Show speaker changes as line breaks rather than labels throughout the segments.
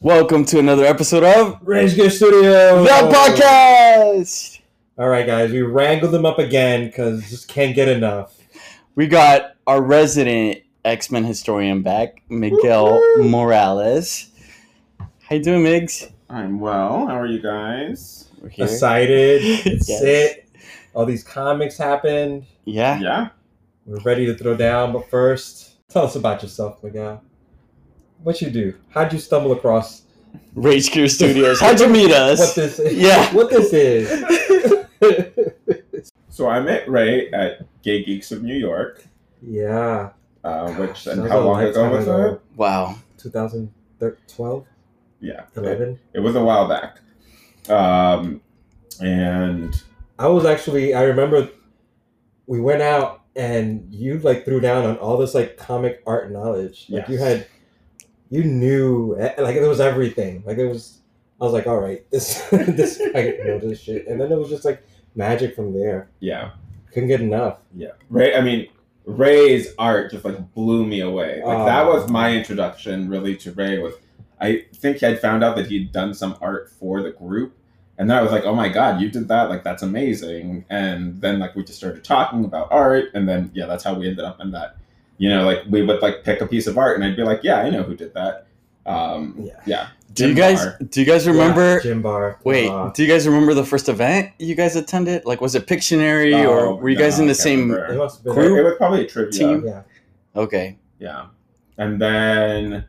Welcome to another episode of
Rage Gear Studio.
The Podcast.
All right, guys, we wrangled them up again because just can't get enough.
We got our resident X Men historian back, Miguel
Woo-hoo.
Morales. How you doing, Migs?
I'm well. How are you guys?
We're here.
Excited.
Yes.
That's it. All these comics happened.
Yeah.
Yeah.
We're ready to throw down, but first, tell us about yourself, Miguel. What you do? How'd you stumble across
Rage Gear Studios. How'd you meet
what
us?
this is?
Yeah.
What this is?
So I met Ray at Gay Geeks of New York,
yeah.
uh, which
That
and
was a
how long ago
lifetime
was that?
Wow.
2012,
Yeah, it,
11.
it was a while back. Um, and
I was actually I remember we went out and you like threw down on all this like comic art knowledge. Like you
Yes.
had you knew eh, like it was everything. Like it was I was like, all right, this this I know this shit. And then it was just like magic from there.
yeah,
Couldn't get enough.
yeah. Ray, I mean, Ray's art just like blew me away. Like that
Oh.
was my introduction really to Ray. Was I think I'd found out that he'd done some art for the group. And then I was like, oh my God, you did that? Like, that's amazing. And then, like, we just started talking about art. And then, yeah, that's how we ended up in that. You know, like, we would, like, pick a piece of art and I'd be like, yeah, I know who did that. Um,
Yeah.
yeah.
Do you
Jim
guys
Barr.
do you guys remember
yeah, Jim Bar.
wait,
uh,
do you guys remember the first event you guys attended? Like was it Pictionary or
Oh,
were you guys
no,
in
I
the
can't
same
remember.
it must have been
Group?
It was probably a trivia.
Team?
yeah.
Okay.
Yeah. And then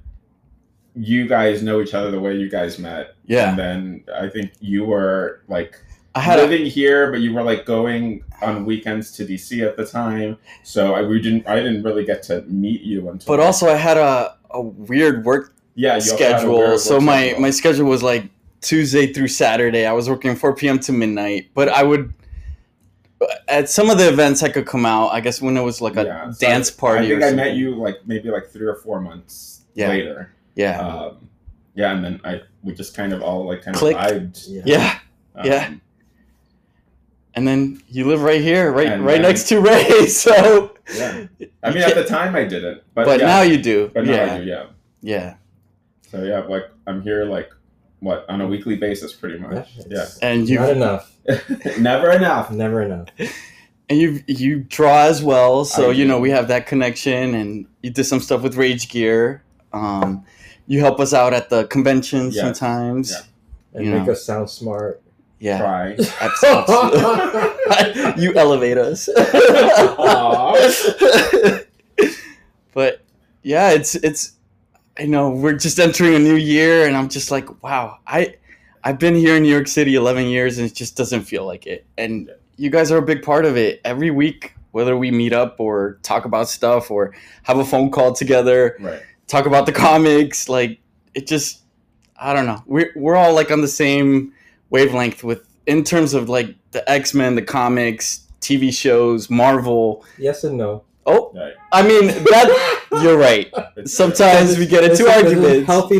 you guys know each other the way you guys met.
Yeah.
And then I think you were, like,
I had a
living here, but you were like going on weekends to DC at the time. So I we didn't I didn't really get to meet you until.
but also I had a, a weird work
yeah you also had a
schedule.
weird
So
work
my
schedule.
my schedule was like Tuesday through Saturday. I was working 4 p.m. to midnight, but I would at some of the events I could come out. I guess when it was like a
Yeah, so
dance party.
I think
or
I met
something.
you like maybe like three or four months
Yeah.
later.
Yeah,
Um, yeah, and then I we just kind of all like kind
Clicked.
of vibed.
Yeah.
yeah.
Um,
Yeah. And then you live right here, right
And
right
then-
next to Ray. So,
yeah. I mean, at the time I didn't, but
but,
yeah,
now you do.
but now
yeah,
I do, yeah.
yeah.
So yeah, like I'm here like what on a weekly basis, pretty much. Yeah,
It's
And you
Not enough.
never enough.
Never enough.
and you you draw as well so
I
you
do.
know we have that connection and you did some stuff with rage gear um you help us out at the convention
Yeah.
sometimes
And
You
make
know.
us sound smart.
yeah,
Try.
absolutely you elevate us
Aw.
but yeah it's it's i know we're just entering a new year and i'm just like wow i i've been here in new york city 11 years and it just doesn't feel like it and you guys are a big part of it every week whether we meet up or talk about stuff or have a phone call together
Right.
talk about the comics like it just i don't know we're, we're all like on the same wavelength with in terms of like the x-men the comics tv shows marvel
yes and no.
oh
Right.
i mean that you're right
It's- uh,
sometimes we get into
This is a
arguments
Healthy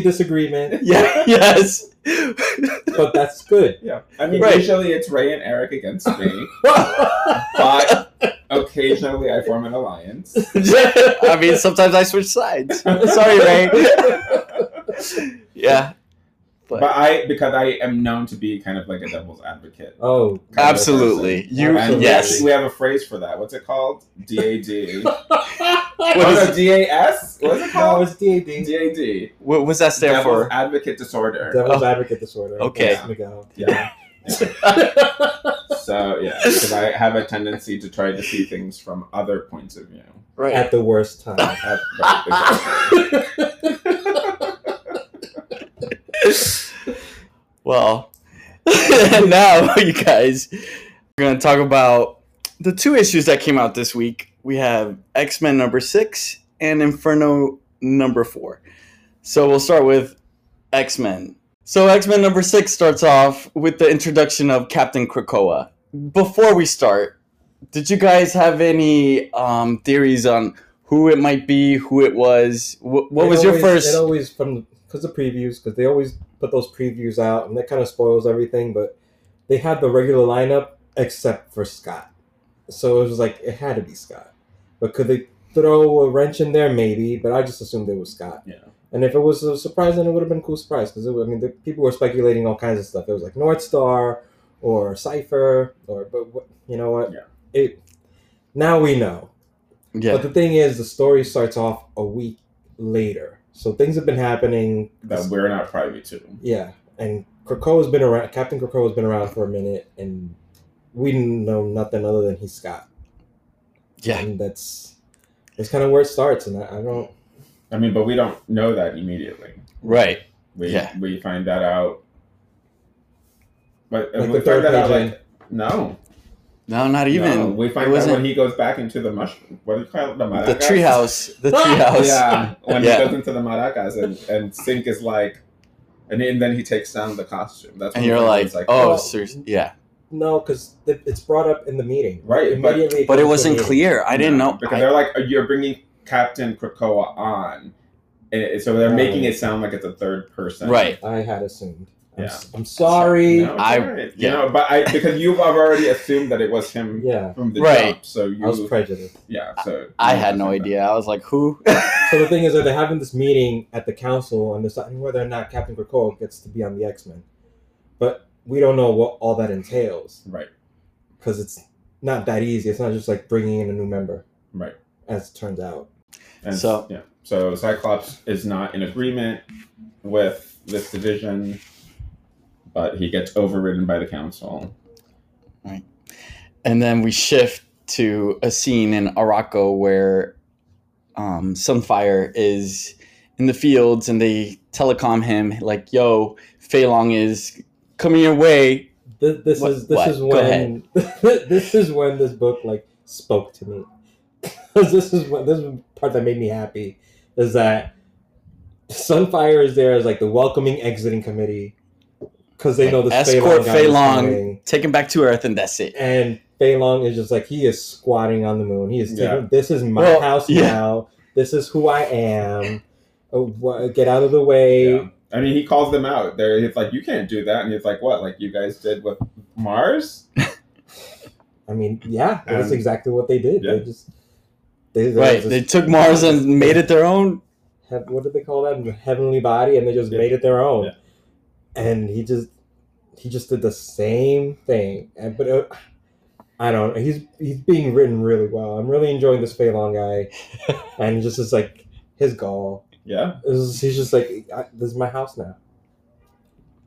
disagreement,
yeah yes
but that's good.
Yeah, I mean,
Right.
usually it's Ray and Eric against me, but occasionally I form an alliance.
i mean sometimes i switch sides sorry ray yeah
But I, because I am known to be kind of like a devil's advocate.
Oh, God.
absolutely you
And
yes
we have a phrase for that. What's it called? DAD.
what,
oh, no,
is,
DAS? What's it
No,
called?
it's DAD.
DAD.
what was that stand
Devil's
for
advocate disorder.
Devil's
Oh.
advocate disorder.
Okay.
Yes, Miguel.
yeah. So yeah, because I have a tendency to try to see things from other points of view.
right
At the worst time.
At- right, exactly.
Well, now you guys, we're going to talk about the two issues that came out this week. We have X Men number six and Inferno number four. So we'll start with X Men. So X Men number six starts off with the introduction of Captain Krakoa. Before we start, did you guys have any um, theories on who it might be, who it was? Wh- what
It
was your
always-
first?
It always from because the previews because they always put those previews out and that kind of spoils everything. But they had the regular lineup except for Scott, so it was like it had to be Scott. But could they throw a wrench in there? Maybe, but I just assumed it was Scott.
Yeah.
And if it was a surprise, then it would have been a cool surprise because I mean, the, people were speculating all kinds of stuff. It was like North Star or Cipher or, but what- you know what?
Yeah.
It now we know. But
Yeah.
the thing is, the story starts off a week later, so things have been happening.
that we're not privy to.
Yeah, and Krakoa has been around. Captain Krakoa has been around for a minute, and we didn't know nothing other than he's Scott.
Yeah.
And that's that's kind of where it starts, and I, I don't.
I mean, but we don't know that immediately.
Right.
We
Yeah.
we find that out. But
Like
we
the third
find that out
page
like no,
No, not even.
no. We
It
find out
wasn't-
when he goes back into the mushroom. What do you call it? The,
the
maracas?
treehouse. The treehouse.
Yeah, when
Yeah.
he goes into the maracas and and Sink is like, and, then- then he takes down the costume. That's when
And you're
we
like,
realize,
oh,
well,
seriously. Yeah.
No, because th- it's brought up in the
"Oh,
meeting.
Right, but-
Immediately
But it
comes to
wasn't
me.
clear. I didn't know.
because
I-
they're like uh, you're bringing Captain Krakoa on, and it- so they're
Right.
making it sound like it's a third person.
right.
I had assumed. I'm,
Yeah.
s- I'm sorry.
No, it's
I-
alright. You
yeah.
know, but I because you've already assumed that it was him
Yeah,
from the
Right.
jump. So you
I was prejudiced.
Yeah, so
I
you
had no
understand
idea. I was like, who?
So the thing is that they're having this meeting at the council on deciding whether or not Captain Krakoa gets to be on the X Men, but we don't know what all that entails
that. Right,
because it's not that easy. It's not just like bringing in a new member,
right.
as it turns out.
And
So-
yeah, so Cyclops is not in agreement with this division, but he gets overridden by the council.
and then we shift to a scene in Araco where um, Sunfire is in the fields and they telecom him like, "Yo, Fei Long is coming your way."
This, this
What-
is this
what?
is
Go
when this is when this book like spoke to me. 'Cause this is what this is the part that made me happy is that Sunfire is there as like the welcoming exiting committee because they know the
Escort Fei Long.
Long
Take him back to Earth, and that's it.
and Fei Long is just like he is squatting on the moon. He is taking,
Yeah.
this is my
Well,
house
yeah.
now. This is who I am. Oh, wha- Get out of the way.
Yeah. I mean, he calls them out. They're he's like, "You can't do that," and he's like, "What? Like you guys did with Mars?"
I mean, yeah, that's
And-
exactly what they did.
Yeah.
They just they, they
Right?
just
They took Mars and made it their own.
have, what did they call that heavenly body, and they just
Yeah.
made it their own.
Yeah.
And he just he just did the same thing, and, but it, I don't. He's he's being written really well. I'm really enjoying this Fei Long guy, and just is like his goal.
Yeah.
This is- he's just like, I, this is my house now.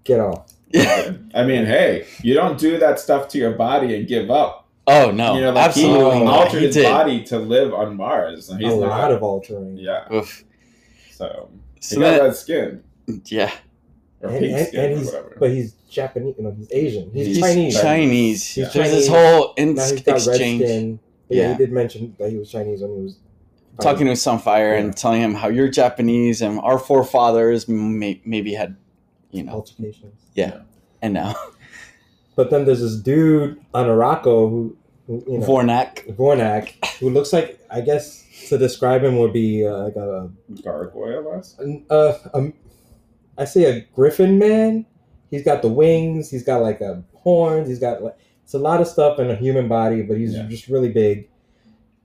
Get off.
I mean, hey, you don't do that stuff to your body and give up.
oh no!
you know, like
Absolutely,
he
not.
altered
He
his
did.
body to live on Mars, and he's
a
not.
lot of altering.
yeah.
Oof.
So he
So
got
that,
red skin
yeah,
or
And,
pink
and-
skin
and
or
he's,
whatever.
but he's Japanese. No, he's Asian. He's,
he's
Chinese.
Chinese. There's
He's
this
Chinese.
whole in-
Now he's got red
exchange.
skin. But yeah,
Yeah.
he did mention that he was Chinese when he was
talking to Sunfire and telling him how you're Japanese and our forefathers may, maybe had, you know,
altercations.
and now
But then there's this dude on Araco who, who you know,
Vornak.
Vornak, who looks like I guess to describe him would be uh, like a,
gargoyle was.
an- a, a I say a griffin man. He's got the wings. He's got like a horns. He's got like it's a lot of stuff in a human body, but he's
Yeah.
just really big,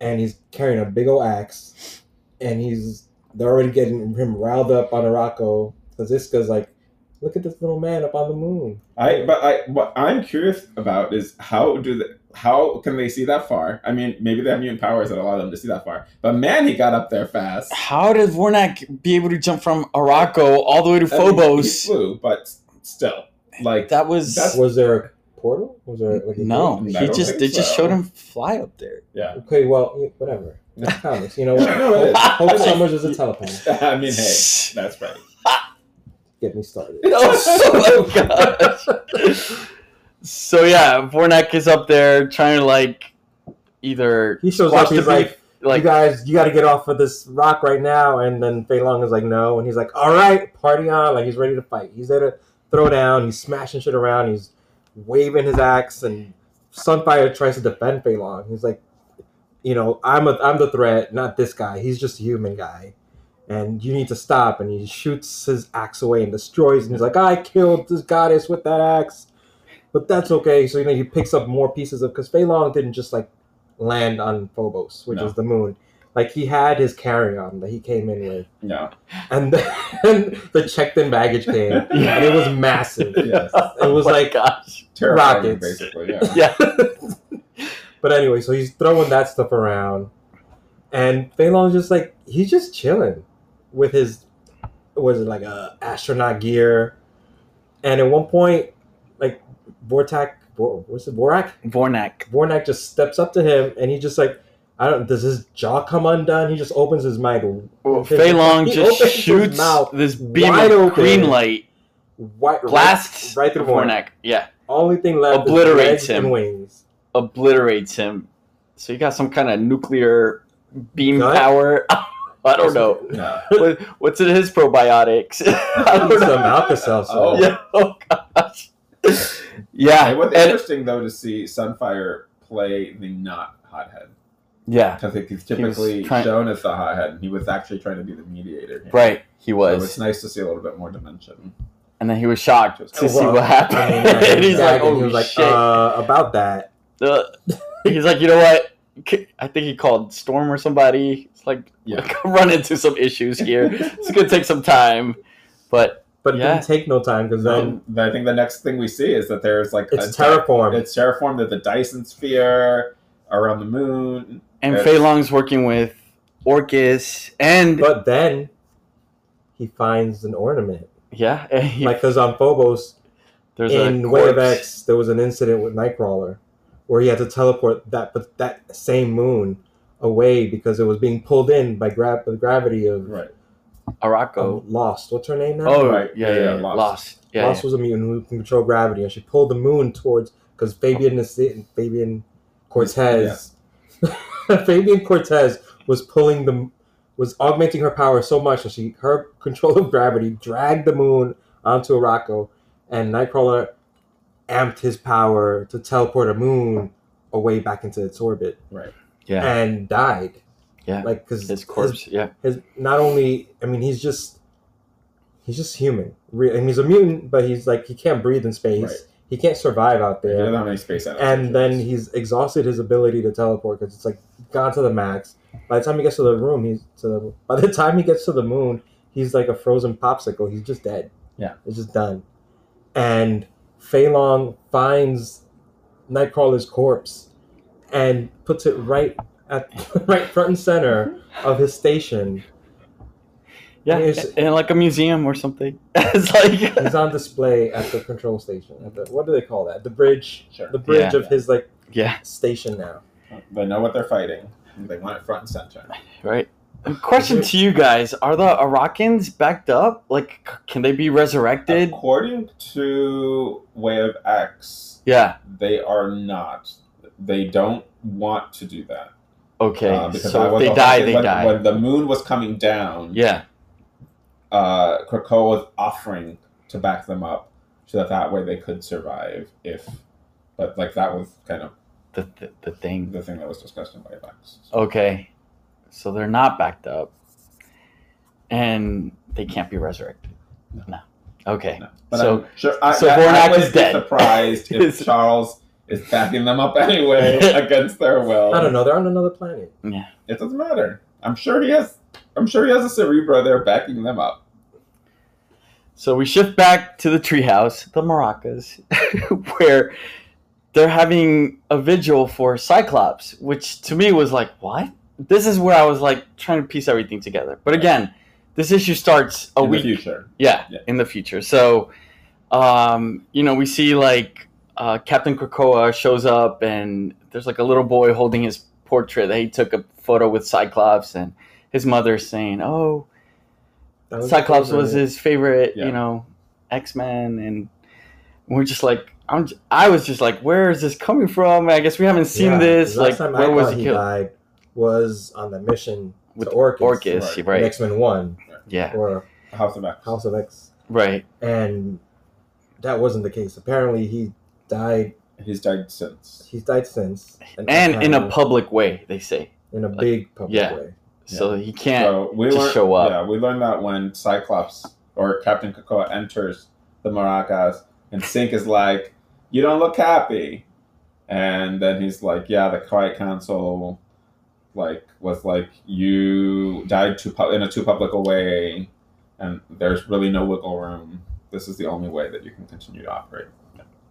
and he's carrying a big old axe, and he's they're already getting him riled up on Araco because this guy's like, look at this little man up on the moon.
I but I what I'm curious about is how do they, how can they see that far? I mean, maybe they have mutant powers that allow them to see that far. But man, he got up there fast.
How did Vornak be able to jump from Araco all the way to
I mean,
Phobos?
he flew, but s- still, like
That was
That's-
Was there a portal? Was there like a
no.
I
He
don't
just
think
they just
so.
showed him fly up there.
Okay, well, yeah, whatever. It's comics, you know. what?
No, it
Hope,
is.
Hope Summers is a telepath.
I mean, hey, that's right.
Get me started.
oh my gosh. So yeah, Vornak is up there trying to like either
He shows
squash
up. He's
the
like,
beef, like
you guys, you got to get off of this rock right now. And then Fei Long is like, no. And he's like, all right, party on. Like, he's ready to fight. He's there to throw down. He's smashing shit around. He's waving his axe. And Sunfire tries to defend Fei Long. He's like, you know, I'm, a, I'm the threat, not this guy. He's just a human guy. And you need to stop. And he shoots his axe away and destroys. And he's like, I killed this goddess with that axe. But that's okay. So, you know, he picks up more pieces of. Because Fei Long didn't just, like, land on Phobos, which
No.
is the moon. Like he had his carry on that he came in with,
No.
and then the checked in baggage came, and it was massive.
Yes.
It
Oh
was
my
like
gosh.
Terrifying,
Rockets.
basically. Yeah.
Yeah.
But anyway, so he's throwing that stuff around, and Fei Long's just like he's just chilling with his was it like a astronaut gear, and at one point, like Vortak, Vor, what's it, Vorak?
Vornak.
Vornak just steps up to him, and he just like I don't does his jaw come undone? He just opens his mouth
Well,
His-
Fei Long
Oh, he
just
opens his
shoots
mouth
this beam
wide
of
open.
green light,
white
blasts
right through Vornak.
Vornak. Yeah,
Only thing left is
Obliterates
legs
him.
and wings.
obliterates him. So you got some kind of nuclear beam
Gut?
power. I don't know.
No.
What, what's in his probiotics? I don't know.
Some Alka-Seltzer.
Oh.
Yeah. Oh gosh. Yeah.
It was
and-
interesting though to see Sunfire play the not hothead.
yeah.
I think he's
He was
typically
trying-
shown as the hothead, and he was actually trying to be the mediator. Here.
Right. He
So it's
was,
nice to see a little bit more dimension.
and then he was shocked
Just-
to see
Well,
what happened.
I mean,
and he's like,
exactly.
"Oh
he was like,
shit!"
uh, about that.
Uh, he's like, "You know what? K- I think he called Storm or somebody. It's like,
Yeah.
run into some issues here. it's gonna take some time, but
But it
Yeah.
didn't take no time because then
Then I think the next thing we see is that there's like
it's
a di-
terraform.
It's terraformed at the Dyson sphere around the moon.
and
Yeah.
Fei Long's working with Orcus, and
but then he finds an ornament.
yeah, and he-
Like because on Phobos
there's a
in Way
corpse.
of X, there was an incident with Nightcrawler where he had to teleport that but that same moon away because it was being pulled in by gra- the gravity of
Right.
Araco.
of Lost. What's her name now?
oh,
Right.
yeah,
Yeah,
yeah,
yeah,
Lost.
Lost.
Yeah,
Lost was a mutant who can control gravity, and she pulled the moon towards because Fabian Nasi- Fabian Cortez, Fabian Cortez was pulling the was augmenting her power so much that she her control of gravity dragged the moon onto Araco, and Nightcrawler amped his power to teleport a moon away back into its orbit
yeah, yeah.
and died.
Yeah.
like because
His corpse. Yeah,
his not only I mean he's just he's just human. Re- I mean he's a mutant, but he's like he can't breathe in space.
Right.
He can't survive out
He doesn't
there.
have any space out.
And then he's exhausted his ability to teleport because it's like gone to the max. By the time he gets to the room, he's to the, by the time he gets to the moon, he's like a frozen popsicle. He's just dead.
Yeah.
it's just done. And Fei Long finds Nightcrawler's corpse and puts it right at right front and center of his station.
yeah,
It's-
in, in like a museum or something. it's like
He's on display at the control station. At the, what do they call that? The bridge.
Sure.
The bridge
Yeah.
of his like
yeah.
station now.
They know what they're fighting. They want it front and center.
Right. Question to you guys: Are the Arakans backed up? Like, c- can they be resurrected?
According to Way of X,
Yeah.
they are not. They don't want to do that.
Okay.
Uh, because I
so if
was
they
the-
die, they
when,
die.
When the moon was coming down,
yeah.
uh, Krakoa was offering to back them up so that that way they could survive. If, but like that was kind of
The, the the thing.
the thing that was discussed in Way of X. So-
Okay. So they're not backed up, and they can't be resurrected.
No.
No. Okay.
No. But
So-
I'm sure, I,
so
I, I
Vornak
would
is
be
dead.
surprised if
It's-
Charles is backing them up anyway against their will.
I don't know. They're on another planet.
It doesn't matter. I'm sure he has. I'm sure he has a Cerebro there backing them up.
So we shift back to the treehouse, the maracas, where they're having a vigil for Cyclops, which to me was like, what? This is where I was like trying to piece everything together. But again, this issue starts a
in
week,
the future.
yeah,
Yeah.
in the future. So, um, you know, we see like uh, Captain Krakoa shows up, and there's like a little boy holding his portrait that he took a photo with Cyclops, and his mother's saying, "Oh,
That was
Cyclops
the
was
favorite.
his favorite,
Yeah.
you know, X Men, and we're just like, I'm, j- I was just like, where is this coming from? I guess we haven't seen
Yeah,
this.
the last
Like,
time
where
I
was
thought
he
he
killed?
died was on the mission
With
to Orcus.
Orcus,
Right.
right?
X Men One
Yeah,
or
House of X.
House of X,
right.
and that wasn't the case. Apparently, he died.
He's died since.
He's died since,
And in a
apparently
public way, they say,
in a big public
yeah.
way.
so he can't.
So we
Just
learn-
show up.
Yeah, we learned that when Cyclops or Captain Krakoa enters the Maracas, and Sink is like, "You don't look happy," and then he's like, "Yeah, the Quiet Council." like was like you died too pu- in a too public a way, and there's really no wiggle room. This is the only way that you can continue to operate.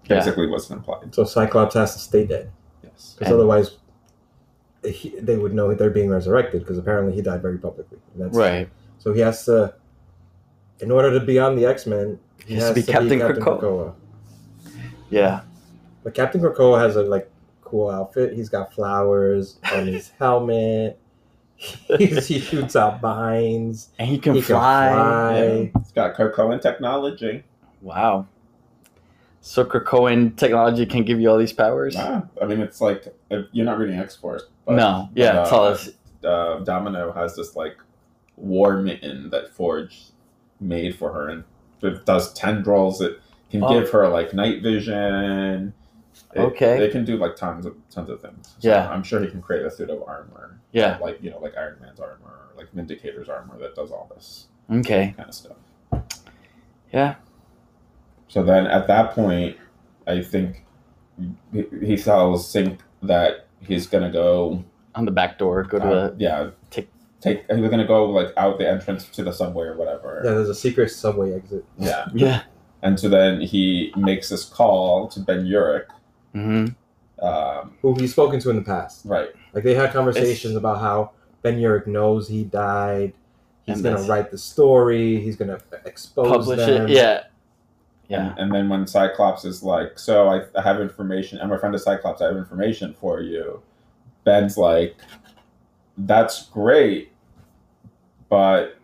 Basically, what's implied.
So Cyclops has to stay dead
Yes.
because
And-
otherwise, he, they would know they're being resurrected because apparently he died very publicly. And that's-
Right.
So he has to, in order to be on the X Men,
He has to be Captain Krakoa. Yeah.
But Captain Krakoa has a like cool outfit. He's got flowers on his helmet. He's, he shoots out vines.
And he can,
he
fly.
can fly.
It's got Cocoa and technology.
Wow. So Krakoan technology can give you all these powers?
Wow. Ah, I mean, it's like uh, you're not reading X Force.
no. Yeah,
but, uh,
tell us.
uh, Domino has this like war mitten that Forge made for her, and it does tendrils. It can
Oh.
give her like night vision. It,
Okay.
it can do like tons of tons of things. So
Yeah.
I'm sure he can create a suit of armor,
Yeah.
like you know, like Iron Man's armor, or like Vindicator's armor that does all this
Okay.
kind of stuff.
Yeah.
So then at that point, I think he, he tells Sync that he's gonna go
On the back door, go to
uh,
the.
yeah
take-
take he was gonna go like out the entrance to the subway or whatever
Yeah, there's a secret subway exit.
yeah
Yeah.
and so then he makes this call to ben urich
Mm-hmm.
um,
Who he's spoken to in the past.
right
Like they had conversations about how Ben Urich knows he died. He's
And
gonna
that's-
write the story. He's gonna expose
Publish
them.
it. Yeah. Yeah.
and, and then when cyclops is like so I, I have information i'm a friend of cyclops i have information for you ben's like that's great but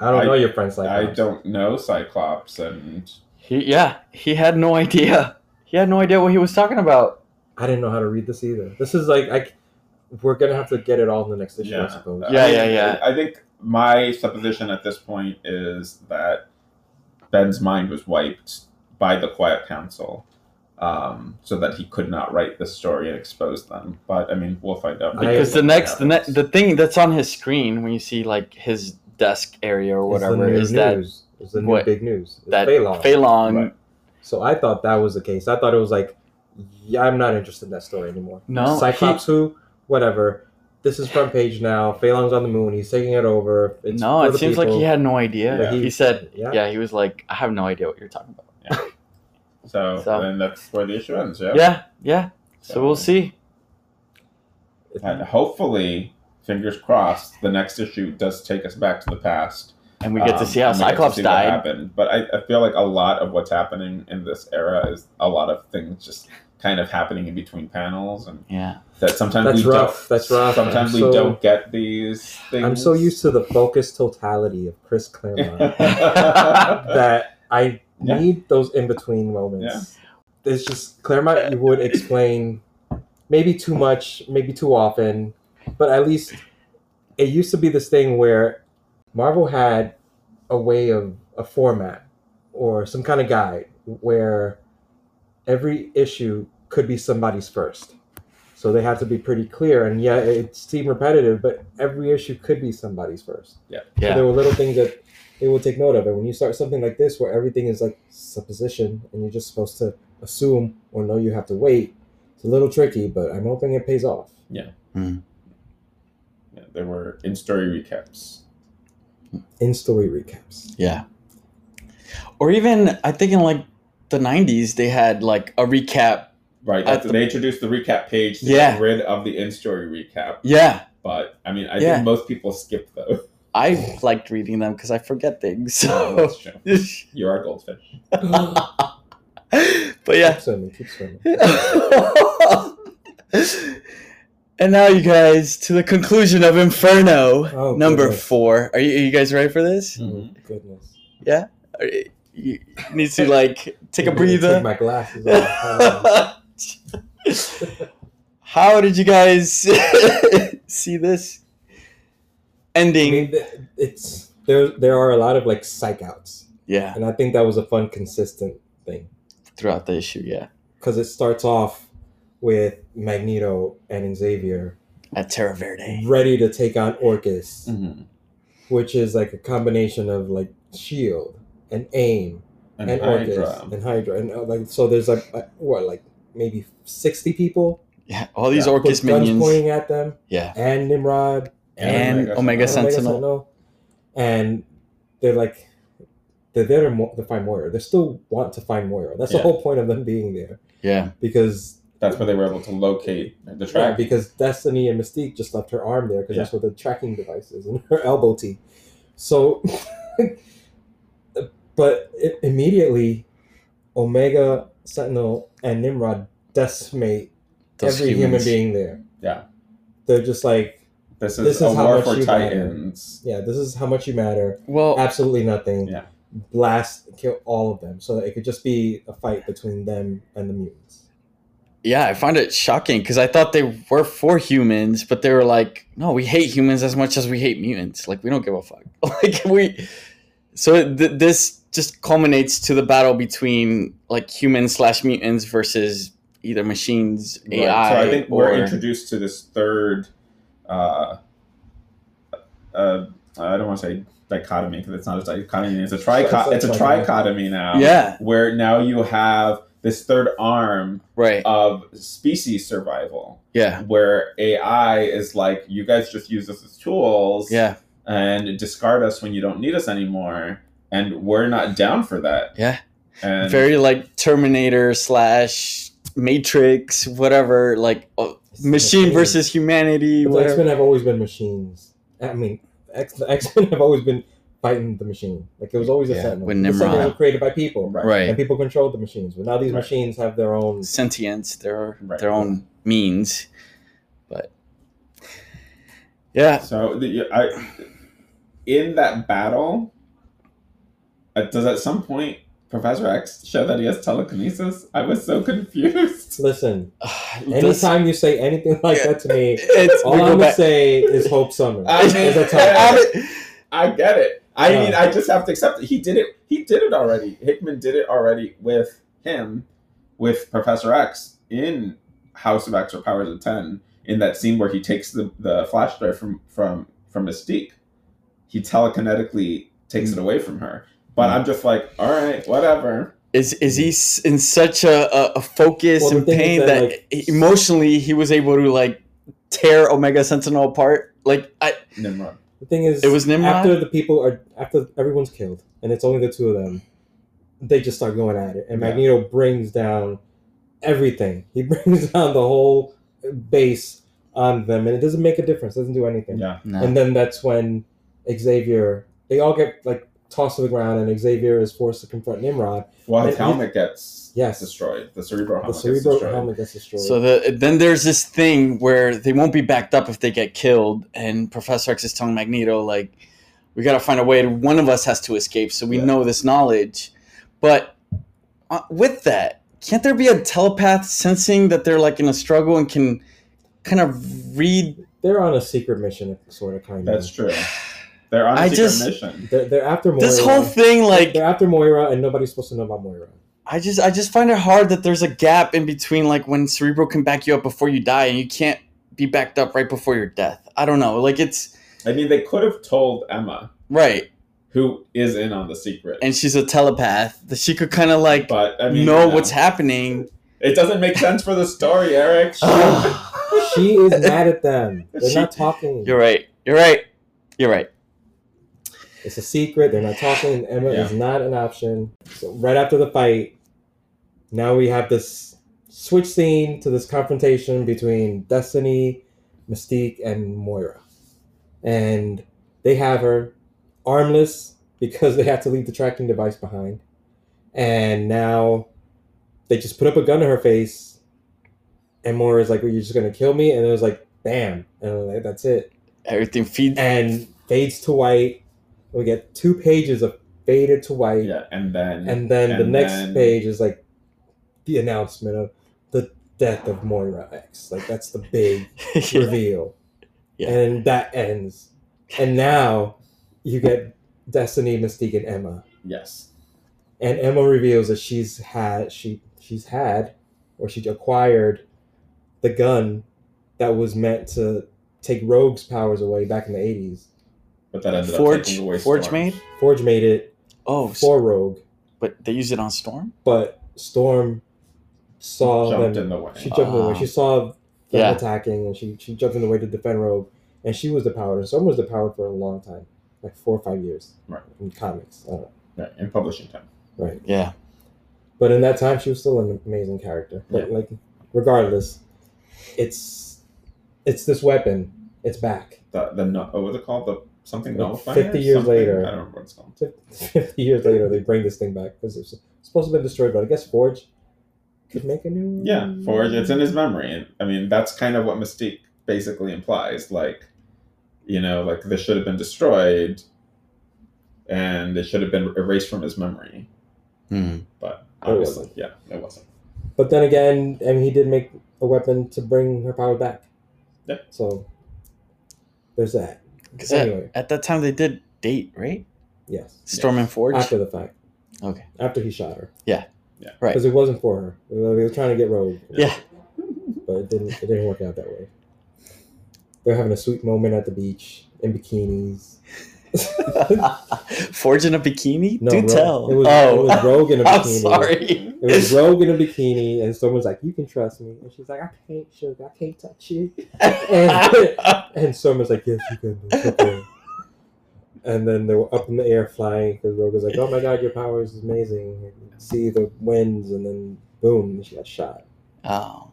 I don't
I-
know your friends like
i don't know cyclops and
He, yeah. He had no idea. He had no idea what he was talking about.
I didn't know how to read this either. This is like I. c- We're gonna have to get it all in the next issue, I
Yeah.
suppose.
Yeah,
I-
yeah, yeah.
I think my supposition at this point is that Ben's mind was wiped by the Quiet Council, um, so that he could not write the story and expose them. But I mean, we'll find out.
I-
Because the next, the, ne- the thing that's on his screen when you see like his desk area or whatever
it's
is
the new
that
news. It's the new
what-
big news. It's
that
Phelan.
Phelan.
Right.
So I thought that was the case. I thought it was like, yeah, I'm not interested in that story anymore.
No,
Cyclops who, whatever. This is front page now. Phelan's on the moon. He's taking it over. It's
no,
for
it
the
seems like
people.
he had no idea.
Yeah.
He, said,
Yeah.
yeah, he was like, I have no idea what you're talking about.
so,
So-
and that's where the issue ends. Yeah.
Yeah, yeah. So we'll see.
And hopefully, fingers crossed, the next issue does take us back to the past.
And we get to
Um,
see how
and we get to
Cyclops
see what
died.
happened. But I, I feel like a lot of what's happening in this era is a lot of things just kind of happening in between panels and
Yeah.
that sometimes
That's
we
rough.
don't.
That's rough.
Sometimes
I'm
we
so-
don't get these things.
I'm so used to the focused totality of Chris Claremont
yeah,
that I
Yeah.
need those in between moments. It's just Claremont you would explain maybe too much, maybe too often, but at least it used to be this thing where Marvel had a way of a format or some kind of guide where every issue could be somebody's first. So they had to be pretty clear, and yeah, it seemed repetitive, but every issue could be somebody's first. So
Yeah.
there were little things that they will take note of. And when you start something like this, where everything is like supposition, and you're just supposed to assume or know you have to wait, it's a little tricky. But I'm hoping it pays off.
there were in story recaps.
In story recaps,
Yeah. Or even, I think in like the 90s, they had like a recap.
Right,
At
that's,
the-
they introduced the recap page to
Yeah.
get rid of the in story recap.
Yeah.
But I mean, I
Yeah.
think most people skip those.
I liked reading them because I forget things. So.
Oh, that's true.
but
You are a goldfish.
yeah.
keep swimming, keep swimming. Oh,
and now, you guys, to the conclusion of Inferno
Oh,
number
goodness.
four. Are you, are you guys ready for this?
Oh, goodness.
Are you, you need to like take a
I'm gonna
breather.
Take my glasses off. Hold on.
How did you guys see this
I
ending?
mean, th- it's there. There are a lot of like psych outs,
Yeah,
and I think that was a fun, consistent thing.
throughout the issue. Yeah,
because it starts off with Magneto and Xavier
at Terra Verde.
ready to take on Orcus,
Mm-hmm.
which is like a combination of like Shield and AIM
And,
and,
and
Orcus
Hydra.
and Hydra, and uh, like so there's like uh, what like maybe sixty people
Yeah, all these
Yeah.
Orcus
with guns
minions.
pointing at them,
Yeah,
and Nimrod,
and Omega,
Omega
Sentinel.
and they're like they're there to, mo- to find Moira. They still want to find Moira. That's
Yeah.
the whole point of them being there
Yeah,
because
That's where they were able to locate the
yeah,
track.
because Destiny and Mystique just left her arm there because that's what the tracking device is and her elbow teeth. So, but i immediately, Omega Sentinel and Nimrod decimate
those
every
humans.
human being there.
Yeah.
They're just like,
This is
This
a
is how
war
much
for
you matter.
titans.
yeah, this is how much you matter.
Well,
Uh,
Absolutely nothing.
Yeah.
Blast, kill all of them. So that it could just be a fight between them and the mutants.
yeah, I found it shocking because I thought they were for humans, but they were like, no, we hate humans as much as we hate mutants. Like, we don't give a fuck. like, we. So th- this just culminates to the battle between like humans slash mutants versus either machines,
Right.
AI.
So I think we're
or-
introduced to this third. Uh, uh, I don't want to say dichotomy because it's not a dichotomy. It's a trichot. It's a trichotomy now.
Yeah,
Where now you have this third arm
right.
of species survival,
Yeah,
where AI is like, you guys just use us as tools.
yeah,
and discard us when you don't need us anymore. And we're not down for that.
Yeah.
And
very like Terminator slash Matrix, whatever. Like uh,
It's
machine
machines.
versus humanity.
The X
Whatever.
Men have always been machines. I mean, X the X Men have always been fighting the machine. Like it was always a
Yeah,
sentinel.
with
The sentinels
Nimrod.
were created by people,
Right.
and
Right,
people controlled the machines. But now these
Right.
machines have their own.
sentience, their
Right.
their own means, but yeah,
so the, I, in that battle, uh, does at some point Professor X show that he has telekinesis? I was so confused.
Listen,
This-
anytime you say anything like that to me,
it's
all
we
I'm
go
gonna
back.
say is Hope Summer.
I
As
mean,
a title.
I, I get it. I
Yeah.
mean, I just have to accept it. He did it. He did it already. Hickman did it already with him, with Professor X in House of X or Powers of Ten. In that scene where he takes the, the flash drive from from from Mystique, he telekinetically takes it away from her. But I'm just like, all right, whatever.
Is is he s- in such a, a, a focus
Well, the
and
thing is
pain
that,
that,
like-
e- emotionally he was able to like tear Omega Sentinel apart? Like I,
Nimrod.
The thing is,
it was Nimrod.
after the people are after everyone's killed and it's only the two of them they just start going at it and
Yeah.
magneto brings down everything he brings down the whole base on them and it doesn't make a difference doesn't do anything
Yeah,
No.
and then that's when xavier they all get like tossed to the ground and xavier is forced to confront nimrod
well, his
But you-
helmet gets
Yes.
destroyed. The cerebral
the
helmet gets
cerebral
destroyed.
helmet gets destroyed
So the, then there's this thing where they won't be backed up if they get killed, and Professor X is telling Magneto like, "We got to find a way. One of us has to escape, so we
Yeah.
know this knowledge." But uh, with that, can't there be a telepath sensing that they're like in a struggle and can kind of read?
they're on a secret mission sort of kind
That's
of
true. They're on a
I
secret
just-
mission.
they're, they're after moira
This whole thing, like,
they're after moira and nobody's supposed to know about moira
I just, I just find it hard that there's a gap in between, like, when Cerebro can back you up before you die, and you can't be backed up right before your death. I don't know, like, it's
I mean, they could have told Emma,
right,
who is in on the secret.
and she's a telepath that she could kind of like
but I mean,
know
you know,
what's happening.
It doesn't make sense for the story, Eric.
She is mad at them. They're
She-
not talking.
You're right. You're right. You're right.
It's a secret. They're not talking. Emma
Yeah.
is not an option. So right after the fight, now we have this switch scene to this confrontation between Destiny, Mystique, and Moira. And they have her armless because they have to leave the tracking device behind. And now they just put up a gun to her face. And Moira's like, Well, you're just going to kill me? And it was like, Bam. And I'm like, that's it
Everything feeds.
and fades to white. We get two pages of faded to white,
yeah, and then
and then the
And
next
then-
page is like the announcement of the death of Moira X. Like that's the big reveal,
Yeah.
and that ends. And now you get Destiny, Mystique, and Emma,
yes,
and Emma reveals that she's had she she's had or she acquired the gun that was meant to take Rogue's powers away back in the eighties.
but that ended up
Forge.
taking away
Forge
Storm.
made.
Forge made it
Oh, s-
for Rogue.
but they use it on Storm.
but Storm saw
jumped
them.
in the way.
She jumped in the
Ah.
way. She saw them
Yeah.
attacking, and she she jumped in the way to defend Rogue, and she was the power. And Storm was the power for a long time, like four or five years,
Right.
in comics. I don't know.
Right, in publishing time.
Right,
Yeah.
but in that time, she was still an amazing character. But like, regardless, it's it's this weapon. It's back.
The the nu- oh, what's it called? The something
Like
nullifier.
50 years
Something?
later.
I don't remember what it's called.
Fifty years later, they bring this thing back because it's supposed to have been destroyed. But I guess Forge could make a new.
Yeah,
Mm.
Forge. It's in his memory. And, I mean, that's kind of what Mystique basically implies. Like, you know, like this should have been destroyed, and it should have been erased from his memory.
Hmm.
But
It
obviously,
wasn't.
yeah, it wasn't.
But then again, I mean, he did make a weapon to bring her power back.
Yeah.
So there's that.
'Cause at,
Anyway,
at that time they did date, right?
yes.
Storm and Forge.
After the fact.
Okay.
After he shot her.
Yeah.
Yeah.
Right.
Because it wasn't for her. We were, we were trying to get Rogue,
yeah.
but it didn't. It didn't work out that way. They're having a sweet moment at the beach in bikinis.
Forge in a bikini?
No,
Do
Rogue-
tell.
It was,
oh,
it was Rogue in a
I'm
bikini.
sorry.
It was Rogue in a bikini, and someone's like, "You can trust me," and she's like, "I can't, sugar. I can't touch you." And, and someone's like, "Yes, you can." It's okay." and then they were up in the air flying because Rogue was like, "Oh my god, your powers is amazing! See the winds," and then boom, she got shot.
oh.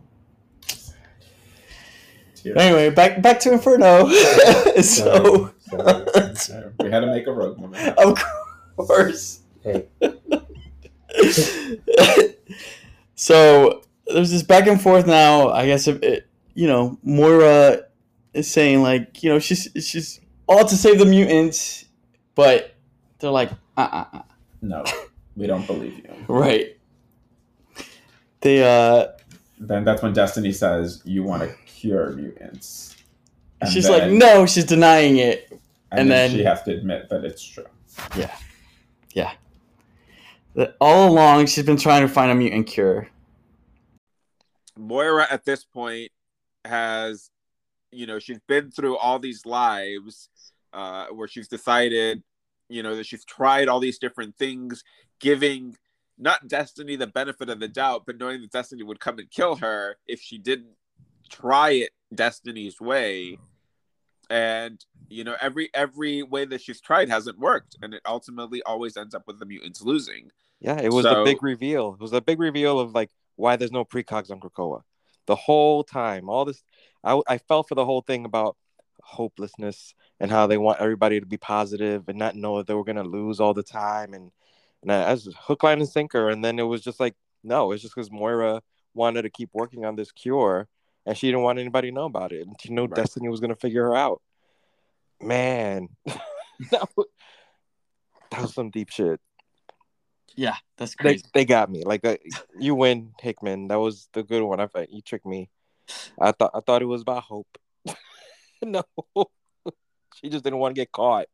Tears.
Anyway, back back to Inferno. so,
Sorry, sorry.
So we had to make a rogue moment. happen.
of course.
hey,
so there's this back and forth now. I guess if it, you know Moira is saying like you know she's she's all to save the mutants, but they're like uh uh uh
No, we don't believe you.
right. They uh
Then that's when Destiny says you want to cure mutants. And
she's like
then-
no she's denying it
and,
and
then,
then-
she has to admit that it's true.
That all along she's been trying to find a mutant cure
Moira at this point has, you know, she's been through all these lives uh, where she's decided, you know, that she's tried all these different things, giving not Destiny the benefit of the doubt, but knowing that Destiny would come and kill her if she didn't try it Destiny's way. And you know, every every way that she's tried hasn't worked, and it ultimately always ends up with the mutants losing.
Yeah, it was
So-
a big reveal. It was a big reveal of like why there's no precogs on Krakoa. The whole time, all this, I, I fell for the whole thing about hopelessness and how they want everybody to be positive and not know that they were gonna lose all the time and and I, I was just hook, line, and sinker. And then it was just like no, it's just because Moira wanted to keep working on this cure and she didn't want anybody to know about it. And she knew
Right.
Destiny was gonna figure her out. Man, that, was, that was some deep shit
yeah that's
they,
crazy
they got me. Like uh, you win, Hickman. That was the good one. I thought you tricked me. I thought I thought it was about hope. no, she just didn't want to get caught.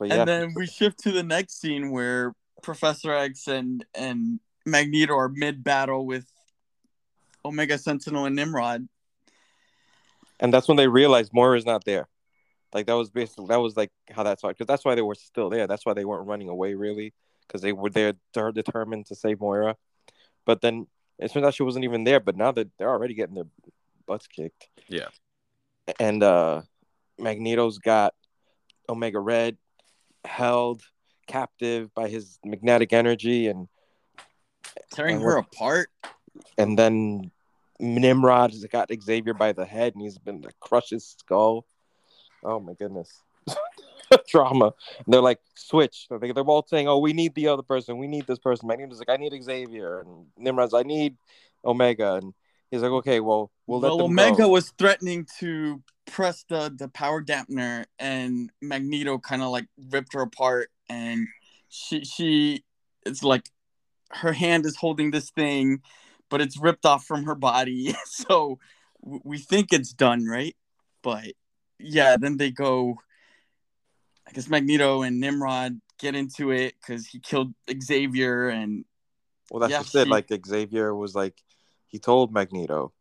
But yeah,
and then we shift to the next scene where Professor X and and Magneto are mid battle with Omega Sentinel and Nimrod
and that's when they realized Moira's not there. Like that was basically that was like how that started because that's why they were still there. That's why they weren't running away really because they were there they're determined to save Moira. But then it turns out she wasn't even there. But now that they're already getting their butts kicked.
Yeah.
And uh Magneto's got Omega Red held captive by his magnetic energy and
tearing
And
her
what-
apart.
and then Nimrod has got Xavier by the head and he's been to crush his skull. Oh my goodness. Drama. And they're like, switch. They're, they're all saying, oh, we need the other person. We need this person. Magneto's like, I need Xavier. And Nimrod's, I need Omega. And he's like, okay, well, we'll let
well,
them
Omega
go.
was threatening to press the the power dampener, and Magneto kind of like ripped her apart, and she she it's like her hand is holding this thing, but it's ripped off from her body, so w- we think it's done, right? But yeah, then they go. I guess Magneto and Nimrod get into it because he killed Xavier, and
Well, that's
Yeah,
just it.
he-
Like Xavier was like, he told Magneto,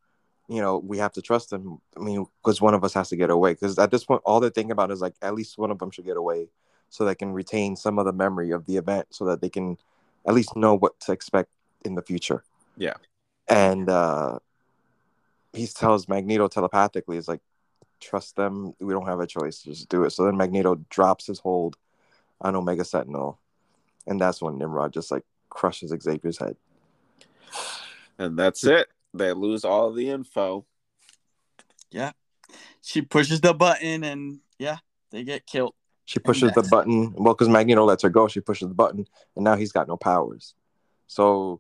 you know, we have to trust him. I mean, because one of us has to get away. Because at this point, all they're thinking about is like, at least one of them should get away, so they can retain some of the memory of the event, so that they can at least know what to expect in the future.
Yeah.
And uh, he tells Magneto telepathically, "Is like, trust them. We don't have a choice. Just do it." So then Magneto drops his hold on Omega Sentinel, and that's when Nimrod just like crushes Xavier's head.
and that's it. They lose all the info.
She pushes the button and yeah, they get killed.
She pushes the
that's-
button. Well, because Magneto lets her go, she pushes the button, and now he's got no powers. So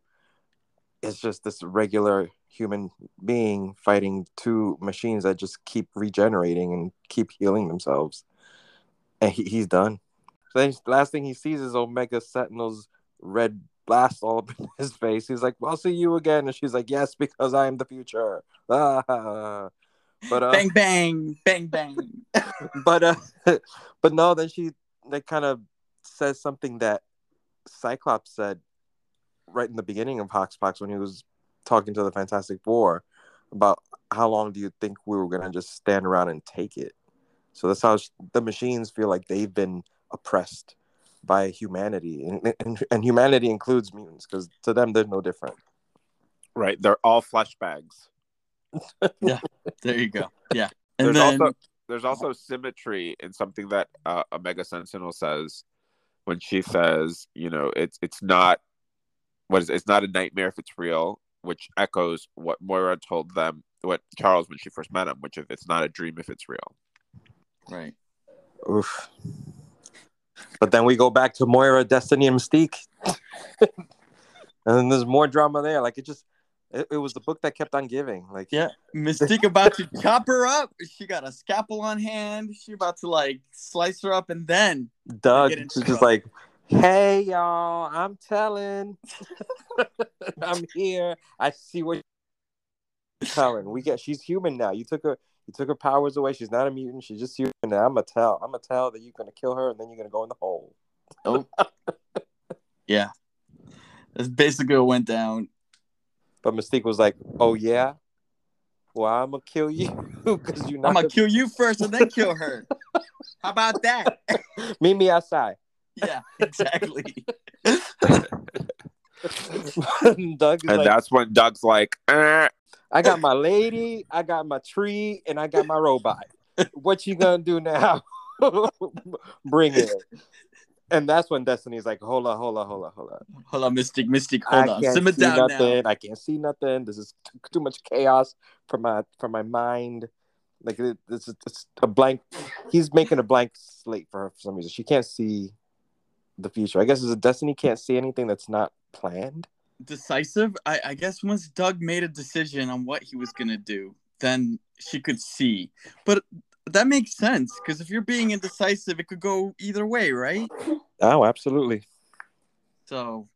it's just this regular human being fighting two machines that just keep regenerating and keep healing themselves. And he, he's done. So then last thing he sees is Omega Sentinel's red blast all up in his face. He's like, well, I'll see you again. And she's like, Yes, because I am the future. Ah. But uh,
Bang bang, bang bang.
but uh but no then she like kind of says something that cyclops said right in the beginning of hoxpox when he was talking to the fantastic four about how long do you think we were going to just stand around and take it so that's how sh- the machines feel like they've been oppressed by humanity and, and, and humanity includes mutants because to them they're no different
Right. They're all flashbacks.
there you go. Yeah. And
There's
then Oh.
also there's also symmetry in something that uh, Omega Sentinel says when she says, you know, it's it's not what is it? it's not a nightmare if it's real, which echoes what Moira told them, what Charles when she first met him, which is it's not a dream if it's real.
right.
Oof. But then we go back to Moira, Destiny, and Mystique. and then there's more drama there. Like it just it, it was the book that kept on giving. Like
Yeah. Mystique about to chop her up. She got a scalpel on hand. She about to like slice her up and then
Doug
Get
is
into
just
trouble.
like, hey y'all, I'm telling. I'm here. I see what you're telling. We get she's human now. You took her you took her powers away. She's not a mutant. She's just human now. I'ma tell. I'ma tell that you're gonna kill her and then you're gonna go in the hole.
yeah. That's basically what went down.
But Mystique was like, "Oh yeah, well I'm gonna kill you because you're
I'm
not.
gonna kill you first and then kill her. How about that?
Meet me outside."
Yeah, exactly.
And Doug
And
is like,
that's when Doug's like, eh,
"I got my lady, I got my tree, and I got my robot. What you gonna do now? Bring it." And that's when Destiny's like, "Hold on, hold on, hold on, hold on.
Hold on, Mystique, Mystique, hold
I
on.
can't
Simmer
see
down
nothing. I can't see nothing. This is t- too much chaos for my for my mind. Like it- this is it's a blank. He's making a blank slate for her for some reason. She can't see the future. I guess it's a destiny can't see anything that's not planned.
now. Decisive. I, I guess once Doug made a decision on what he was gonna do, then she could see. But that makes sense because if you're being indecisive, it could go either way, right?
Oh, absolutely.
So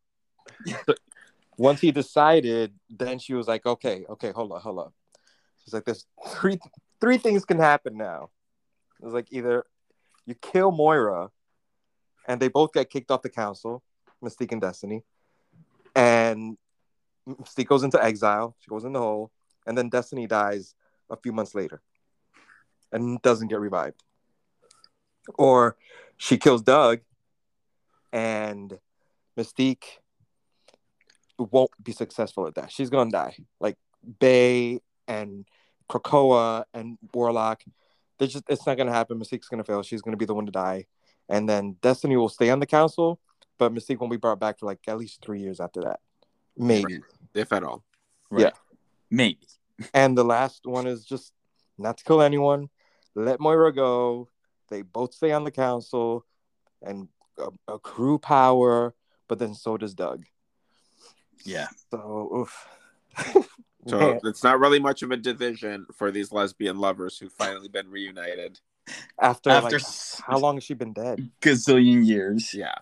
Once he decided, then she was like, okay, okay, hold up, hold up. She's like, there's three three things can happen now. It was like either you kill Moira, and they both get kicked off the council, Mystique and Destiny, and Mystique goes into exile. She goes in the hole, and then Destiny dies a few months later, and doesn't get revived. Or she kills Doug, and Mystique won't be successful at that. She's gonna die. Like Bay and Krakoa and Warlock, they're just it's not gonna happen. Mystique's gonna fail. She's gonna be the one to die, and then Destiny will stay on the council, but Mystique won't be brought back for like at least three years after that, maybe.
if at all.
right.
Yeah.
maybe.
And the last one is just not to kill anyone, let Moira go. They both stay on the council and a- accrue power, but then so does Doug.
Yeah.
So, oof.
So
Man.
it's not really much of a division for these lesbian lovers who've finally been reunited.
after,
After
like,
s-
how long has she been dead?
gazillion years,
Yeah.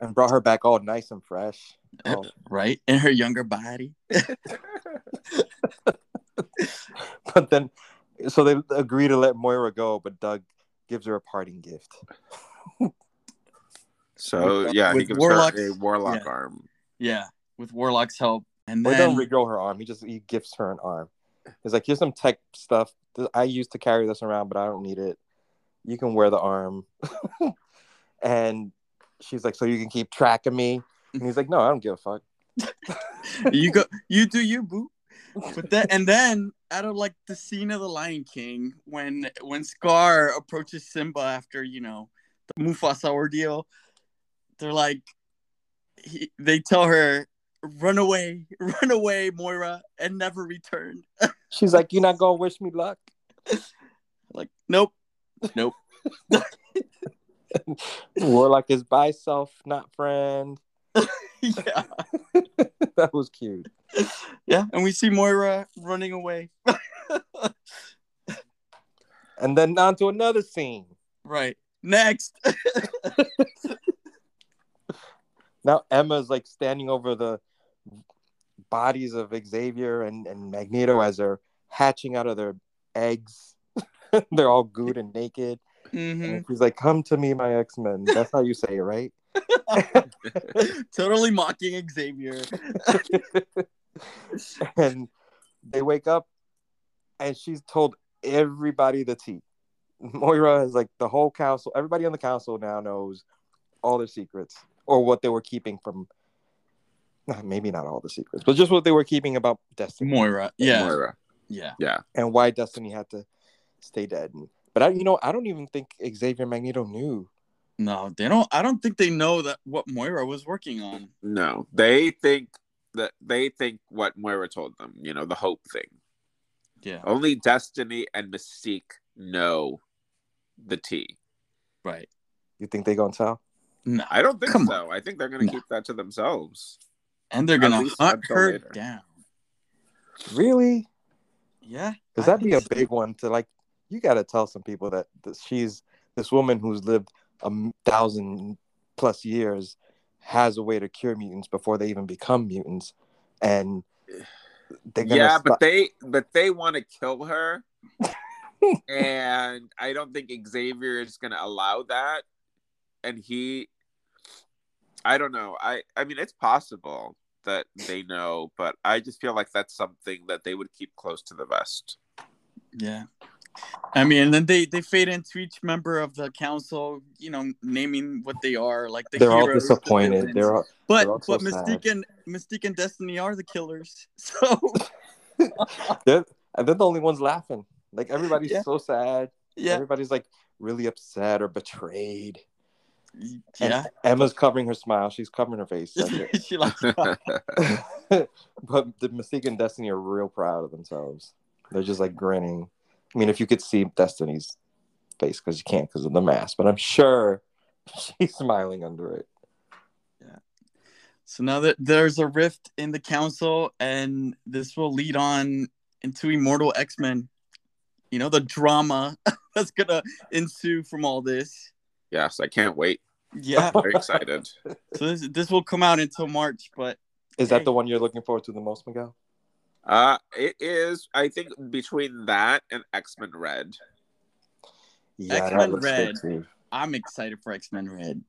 And brought her back all nice and fresh. Oh,
right? In her younger body.
but then, so they agree to let Moira go, but Doug gives her a parting gift.
So
With-
yeah, he
with
gives
warlocks-
her a warlock
yeah.
arm.
Yeah, with Warlock's help, and
Well, he doesn't
then
regrow her arm. He just he gifts her an arm. He's like, here's some tech stuff that I used to carry this around, but I don't need it. You can wear the arm. and she's like, so you can keep track of me. And he's like, no, I don't give a fuck.
you go, you do you, boo. But then, and then out of like the scene of the Lion King when when Scar approaches Simba after you know the Mufasa ordeal. They're like, he, they tell her, "Run away, run away, Moira, and never return."
She's like, "You're not gonna wish me luck."
Like, nope, nope.
Warlock is by self, not friend.
yeah,
that was cute.
yeah. And we see Moira running away.
And then on to another scene.
Right. Next.
Now Emma's like standing over the bodies of Xavier and, and Magneto as they're hatching out of their eggs. they're all good and naked.
hmm
And she's like, Come to me, my X Men. That's how you say it, right?
totally mocking Xavier.
and they wake up and she's told everybody the tea. Moira is like the whole council, everybody on the council now knows all their secrets or what they were keeping from nah, maybe not all the secrets, but just what they were keeping about Destiny
Moira. Yeah.
Moira.
Yeah.
and why Destiny had to stay dead. And- But I, you know, I don't even think Xavier Magneto knew.
No, they don't. I don't think they know that what Moira was working on.
No, they think that they think what Moira told them. You know, the hope thing.
Yeah.
Only Destiny and Mystique know the T.
Right.
You think they gonna tell?
No.
I don't think
Come
so. I think they're going to
No.
keep that to themselves.
And they're
At
gonna
least
hunt
until
her
later.
down.
Really?
Yeah.
Because
I
that'd be a
think so.
big one to like. You gotta tell some people that, that she's this woman who's lived a m- thousand plus years has a way to cure mutants before they even become mutants, and they're gonna
Yeah,
stop-
but they but they want to kill her, and I don't think Xavier is going to allow that. And he, I don't know. I I mean, it's possible that they know, but I just feel like that's something that they would keep close to the vest.
Yeah. I mean, and then they they fade into each member of the council, you know, naming what they are, like the
they're all
heroes, the
disappointed.
villains.
They're all,
but
they're all
but
so
Mystique and Mystique and Destiny are the killers. So
they're they're the only ones laughing. Like everybody's
Yeah.
so sad.
yeah,
Everybody's like really upset or betrayed. And
yeah.
Emma's covering her smile. She's covering her face. That's it.
she like
but the Mystique and Destiny are real proud of themselves. They're just like grinning. I mean, if you could see Destiny's face, because you can't because of the mask, but I'm sure she's smiling under it.
So now that there's a rift in the council, and this will lead on into Immortal X Men. You know, the drama that's gonna ensue from all this.
yes, I can't wait.
Yeah.
Very excited.
so this, this will come out until March, but
Is
Hey.
that the one you're looking forward to the most, Miguel?
Uh, it is. I think between that and X Men Red.
Yeah,
X-Men
good
Red.
too.
I'm excited for X Men Red.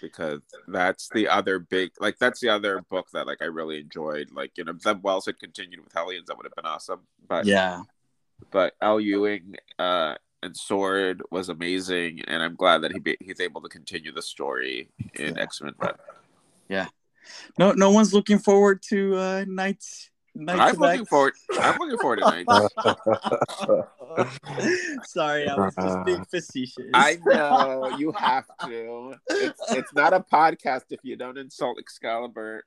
because that's the other big like that's the other book that like I really enjoyed. Like, you know, if Zeb Wells had continued with Hellions, that would have been awesome. But
Yeah.
but Al Ewing uh and Sword was amazing and I'm glad that he be, he's able to continue the story in
Yeah.
X Men Red.
No, no one's looking forward to uh, Knights. Knights
I'm
of
looking
X.
forward I'm looking forward to Knights.
Sorry, I was just being facetious.
I know you have to. It's, it's not a podcast if you don't insult Excalibur.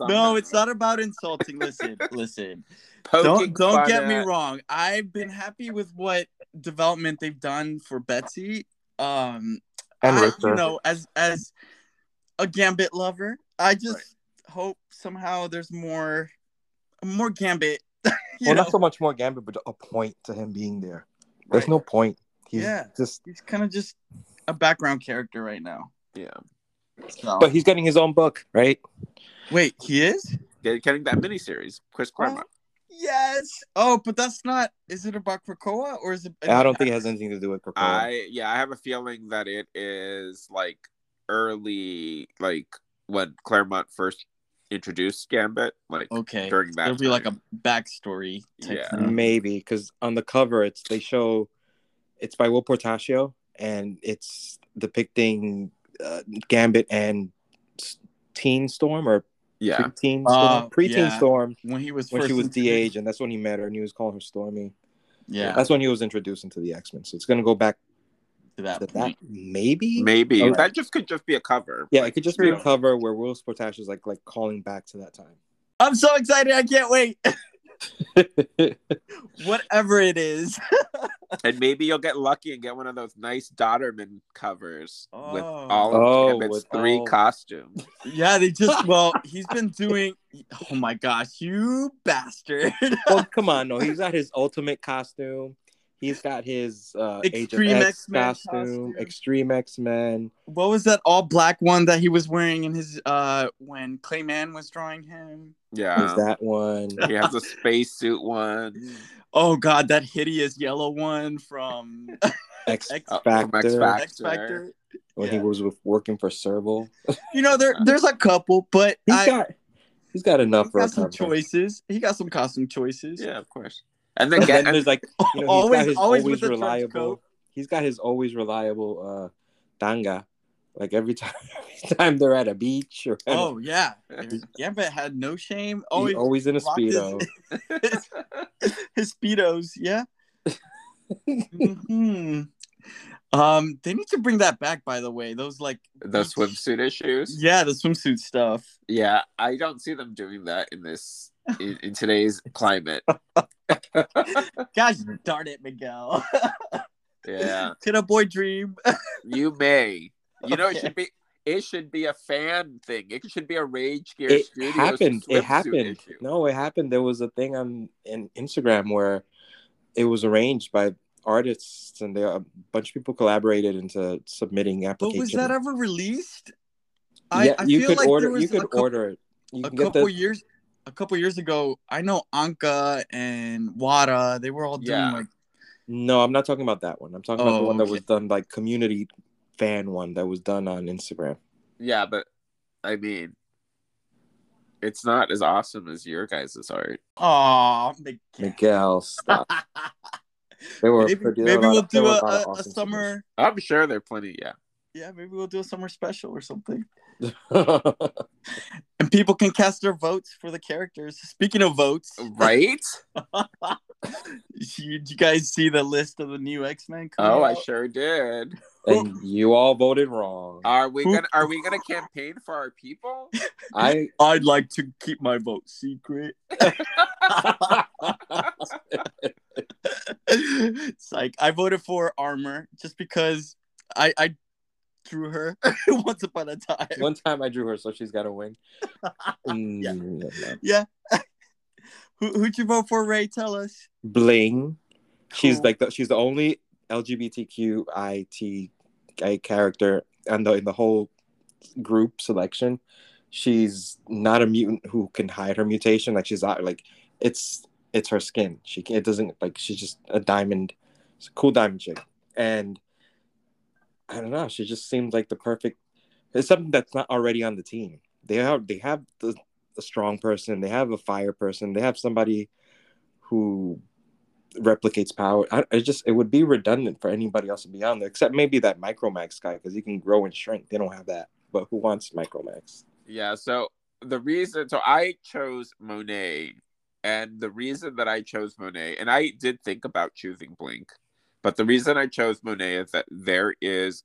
no, it's not about insulting. Listen, listen.
Poking
don't don't
fun
get me
at-
wrong. I've been happy with what development they've done for Betsy. Um,
And
I,
Richter.
you know, as as a Gambit lover, I just hope somehow there's more more Gambit. you
well,
know,
not so much more Gambit, but a point to him being there. There's
Right.
no point. He's
Yeah.
just,
he's kind of just a background character right now.
Yeah.
So.
but he's getting his own book, right?
wait, he is?
They're getting that miniseries, Chris
Oh.
Claremont.
Yes. Oh, but that's not. Is it about Krakoa or is it?
I don't think it has anything to do with Krakoa.
I yeah, I have a feeling that it is like early, like when Claremont first introduced Gambit, like
Okay.
during that.
There'll be like a
time.
backstory. Type
Yeah.
thing.
Maybe because on the cover, it's they show it's by Will Portacio and it's depicting uh, Gambit and S- Teen Storm or
yeah.
Preteen,
Uh,
Storm, preteen
yeah.
Storm
when he was
when
first
she was de
introduced-
age, and that's when he met her, and he was calling her Stormy.
Yeah,
That's when he was introduced into the X Men. So it's gonna go back
to
to
that
that,
point.
maybe.
Maybe
Alright.
that just could just be a cover.
Yeah, it could just be
Yeah.
a cover where Will Sportash is like like calling back to that time.
I'm so excited! I can't wait. Whatever it is.
And maybe you'll get lucky and get one of those nice Dotterman covers with
Oh.
all of
Oh,
Abbott's
with
three
all-
costumes.
Yeah, they just well, he's been doing. Oh my gosh, you bastard!
well, come on, no, he's got his ultimate costume. He's got his uh,
Extreme
Extreme X
X-Men
costume,
costume.
Extreme X Men.
what was that all black one that he was wearing in his uh when Clayman was drawing him?
Is
Yeah,
that one?
he has a spacesuit one.
Oh god, that hideous yellow one from
X
X-
Oh, from
Factor
X Factor.
X Factor.
when he
yeah.
was with, working for Serval.
You know, there there's a couple, but
He's
I,
got he's got enough
he
for a
got some
cover.
choices. He got some costume choices.
Yeah, of course. And then
And then
get and
there's like you know, he's
Always-
got his
always
always,
with the trench
reliable.
coat.
He's got his always reliable uh tanga. Like every time, every time they're at a beach or at a-
Oh yeah, yeah, but had no shame.
he's
Oh, Always
always in a
locked his-
speedo.
his, his speedos. Yeah. Mhm. Um, they need to bring that back. By the way, those like
the swimsuit issues.
Yeah, the swimsuit stuff.
Yeah, I don't see them doing that in this in, in today's climate.
Gosh darn it, Miguel.
Yeah,
Can a boy dream?
you may. You know, it
Okay.
should be. It should be a fan thing. It should be a Rage Gear
It
Studios
happened.
swimsuit
It happened.
issue.
No, it happened. There was a thing on in Instagram where it was arranged by artists and they, a bunch of people collaborated into submitting
But was
applications.
that ever released?
yeah, you could
there
order.
was
You could
a couple,
order it. You
a
can get
couple
the
years. A couple years ago, I know Anka and Wada. They were all doing
Yeah.
like
No, I'm not talking about that one. I'm talking about the
Oh,
one
okay.
that was done like community fan one that was done on Instagram.
Yeah, but I mean, it's not as awesome as your guys' art.
Oh,
Miguel, stop. They were
maybe
pretty- they
maybe
were
we'll
lot- they
do
were
a,
lot
a,
of
a
awesome
summer.
I'm sure there are plenty. Yeah,
Yeah, maybe we'll do a summer special or something,
submissions.
and people can cast their votes for the characters. Speaking of votes,
Oh. right?
you, you guys see the list of the new X Men?
oh, I sure did.
and you all voted wrong.
Are we
Who-
gonna Are we gonna campaign for our people?
I
I'd like to keep my vote secret. it's like I voted for Armor just because I I drew her once upon a time.
one time I drew her, so she's got a win. Mm,
Yeah. Who who'd you vote for, Ray? Tell us.
Bling. She's
Cool.
like the, she's the only LGBTQI character and the in the whole group selection. She's not a mutant who can hide her mutation. Like she's not like it's it's her skin. She can, it doesn't like she's just a diamond, it's a cool diamond chick. And I don't know. She just seems like the perfect. It's something that's not already on the team. They have they have the, a strong person. They have a fire person. They have somebody who replicates power. I, I just it would be redundant for anybody else to be on there, except maybe that Micromax guy because he can grow and shrink. They don't have that, but who wants Micromax?
Yeah, so the reason so I chose Monet and the reason that I chose Monet and I did think about choosing Blink, but the reason I chose Monet is that there is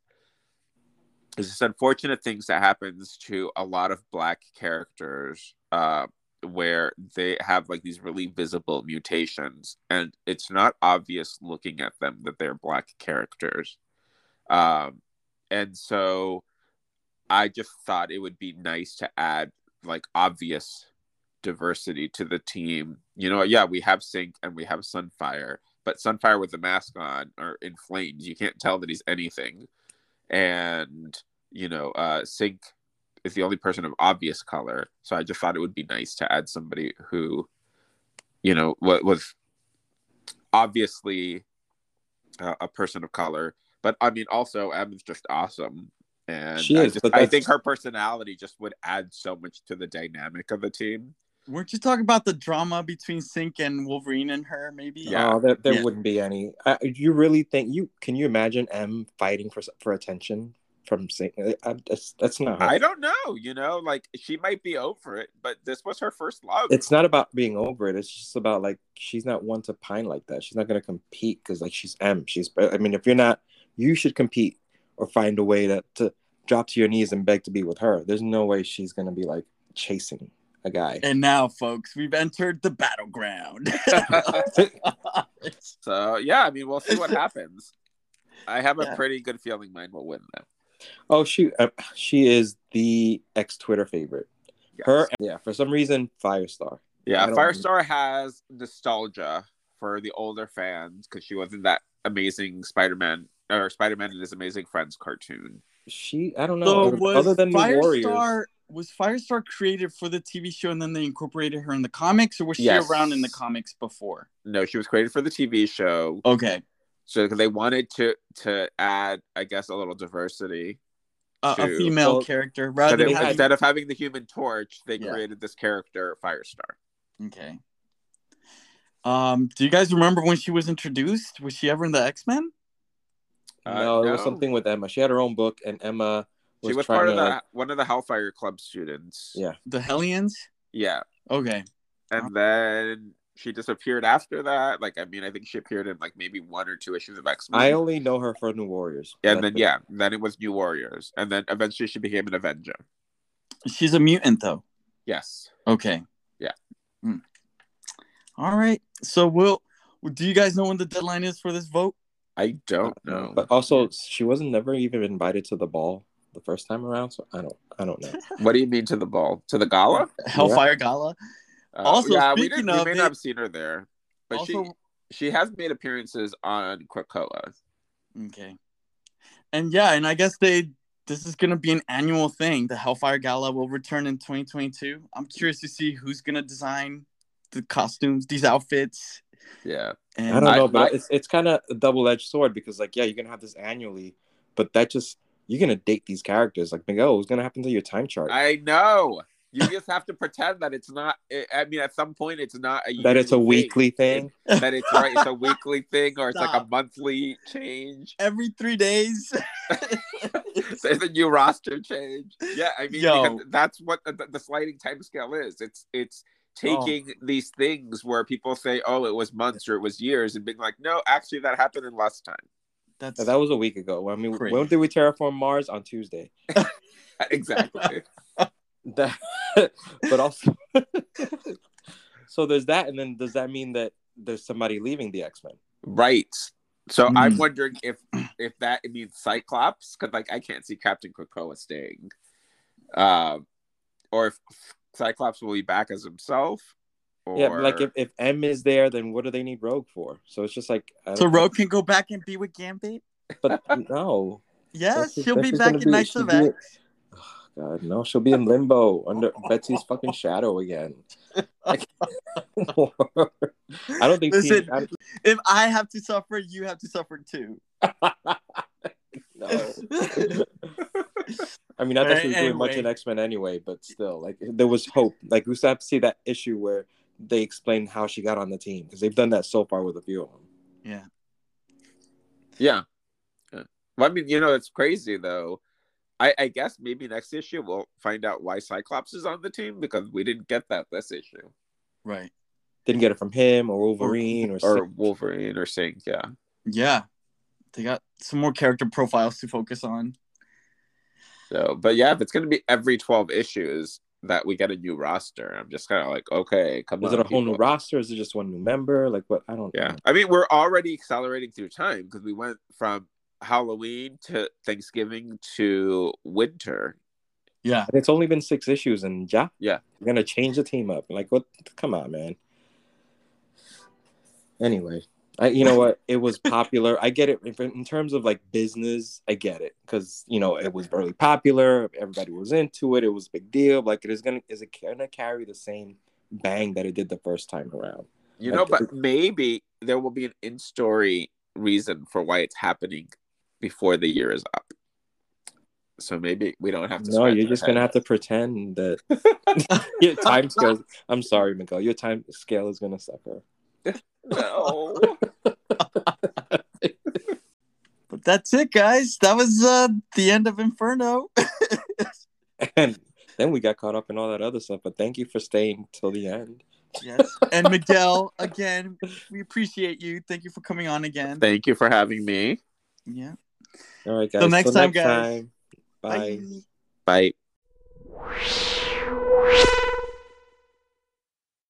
there's this unfortunate things that happens to a lot of black characters uh where they have like these really visible mutations and it's not obvious looking at them that they're black characters. Um and so I just thought it would be nice to add like obvious diversity to the team. You know, yeah, we have Sync and we have Sunfire, but Sunfire with the mask on or in flames, you can't tell that he's anything. And you know, uh Sync is the only person of obvious color, so I just thought it would be nice to add somebody who, you know, wa- was obviously uh, a person of color. But I mean, also, Emma's just awesome. And
She
I,
is,
just-
but
I
that's-
think her personality just would add so much to the dynamic of the team.
Weren't you talking about the drama between Sync and Wolverine and her? Maybe.
Yeah.
Oh, there, there
Yeah.
wouldn't be any. I, you really think you can you imagine M fighting for for attention from saying I, that's, that's not. her.
I don't know, you know, like she might be over it, but this was her first love.
it's not about being over it. It's just about like she's not one to pine like that. She's not gonna compete because like she's M. She's I mean, if you're not, you should compete or find a way to to drop to your knees and beg to be with her. There's no way she's gonna be like chasing a guy.
And now, folks, we've entered the battleground.
so yeah, I mean, we'll see what happens. I have a
Yeah.
pretty good feeling mine will win though.
Oh, she uh, she is the ex Twitter favorite.
Yes.
Her yeah, for some reason Firestar.
Yeah,
I don't-
Firestar has nostalgia for the older fans because she was in that amazing Spider-Man or Spider-Man and His Amazing Friends cartoon.
She I don't know.
so
other-
was
other than the
Firestar
Warriors,
was Firestar created for the TV show and then they incorporated her in the comics, or was she
Yes.
around in the comics before?
No, she was created for the TV show,
Okay,
so 'cause they wanted to to add, I guess, a little diversity.
a- a
Shoot.
female
Well,
character
So
rather
they-
than having-
instead of having the Human Torch, they
Yeah.
created this character Firestar.
okay. Um, do you guys remember when she was introduced? Was she ever in the X Men?
Uh,
no, it was
no.
something with Emma. She had her own book, and Emma was,
she was
trying
part
to
of the one of the Hellfire Club students.
Yeah.
The Hellions?
Yeah.
Okay.
And then she disappeared after that. Like, I mean, I think she appeared in like maybe one or two issues of X Men.
I only know her for New Warriors.
and
That's
then
it.
yeah, then it was New Warriors, and then eventually she became an Avenger.
She's a mutant though.
Yes.
Okay.
Yeah.
Hmm. All right. So we'll do you guys know when the deadline is for this vote?
I don't know.
But also, she wasn't never even invited to the ball the first time around, so I don't, I don't know.
what do you mean to the ball? To the gala?
Hellfire Gala.
Uh,
Also,
yeah, we,
speaking
didn't, we
of
may
it-
not have seen her there, but
also
she she has made appearances on Krakoa.
Okay. And yeah, and I guess they this is gonna be an annual thing. The Hellfire Gala will return in 2022. I'm curious to see who's gonna design the costumes, these outfits.
Yeah.
And
I don't
I-
know, but
I-
it's it's kind of a double edged sword because like, yeah, you're gonna have this annually, but that just you're gonna date these characters. Like, Miguel, what's gonna happen to your time chart?
I know. You just have to pretend that it's not. I- I mean, at some point, it's not a
that it's a
yearly thing.
weekly thing.
that it's right. It's a weekly thing, or it's like a
Stop.
monthly change.
every three days.
There's a new roster change. Yeah, I mean,
Yo.
because that's what the, the sliding time scale is. It's it's
Oh.
taking these things where people say, "Oh, it was months or it was years," and being like, "No, actually, that happened in less time."
That's
Yeah, that was a week ago. I mean,
Crazy.
when did we terraform Mars on Tuesday?
exactly.
That, but also, so there's that, and then does that mean that there's somebody leaving the X Men?
Right. So
Hmm.
I'm
Mm.
wondering if if that means Cyclops, because like I can't see Captain Krakoa staying, um, or if Cyclops will be back as himself. Or...
Yeah, but like if, if M is there, then what do they need Rogue for? So it's just like I
so
don't-
Rogue can go back and be with Gambit?
But no,
Yes,
That's just-
she'll
that's
be
just
back
gonna
in
be-
Knights
she'll
of
be a-
X.
oh, God, no, she'll be in limbo under Betsy's fucking shadow again. I can't- I don't think.
Listen,
team-
if I have to suffer, you have to suffer too.
I, no. I mean, not that she was doing much in
Anyway.
X Men anyway, but still, like there was hope. Like we still have to see that issue where they explain how she got on the team because they've done that so far with a few of them.
yeah.
Yeah. Yeah. Well, I mean, you know, it's crazy though. I, I guess maybe next issue we'll find out why Cyclops is on the team because we didn't get that this issue.
Right.
Didn't get it from him or Wolverine or,
Or Wolverine or Sync, yeah.
Yeah. They got some more character profiles to focus on.
So but yeah, if it's gonna be every twelve issues that we get a new roster, I'm just kinda like, okay, come
was
on.
it a whole new
people.
roster? Is it just one new member? Like what? I don't.
Yeah.
know.
I mean, we're already accelerating through time because we went from Halloween to Thanksgiving to winter.
Yeah.
And it's only been six issues, and yeah,
Yeah.
we're gonna change the team up. Like, what? Come on, man. Anyway, I, you know what? It was popular. I get it If- in terms of like business. I get it because you know it was really popular. Everybody was into it. It was a big deal. Like, it is gonna is it gonna carry the same bang that it did the first time around?
You
I
know,
get
but maybe there will be an in story reason for why it's happening before the year is up. So maybe we don't have to.
No, you're just gonna have to pretend that your time scale. I'm sorry, Miguel. Your time scale is gonna suffer.
No.
But that's it, guys. That was uh, the end of Inferno.
And then we got caught up in all that other stuff. But thank you for staying till the end.
yes. And Miguel, again, we appreciate you. Thank you for coming on again.
Thank you for having me.
Yeah.
All right, guys.
next
till
time, guys.
Bye.
Bye.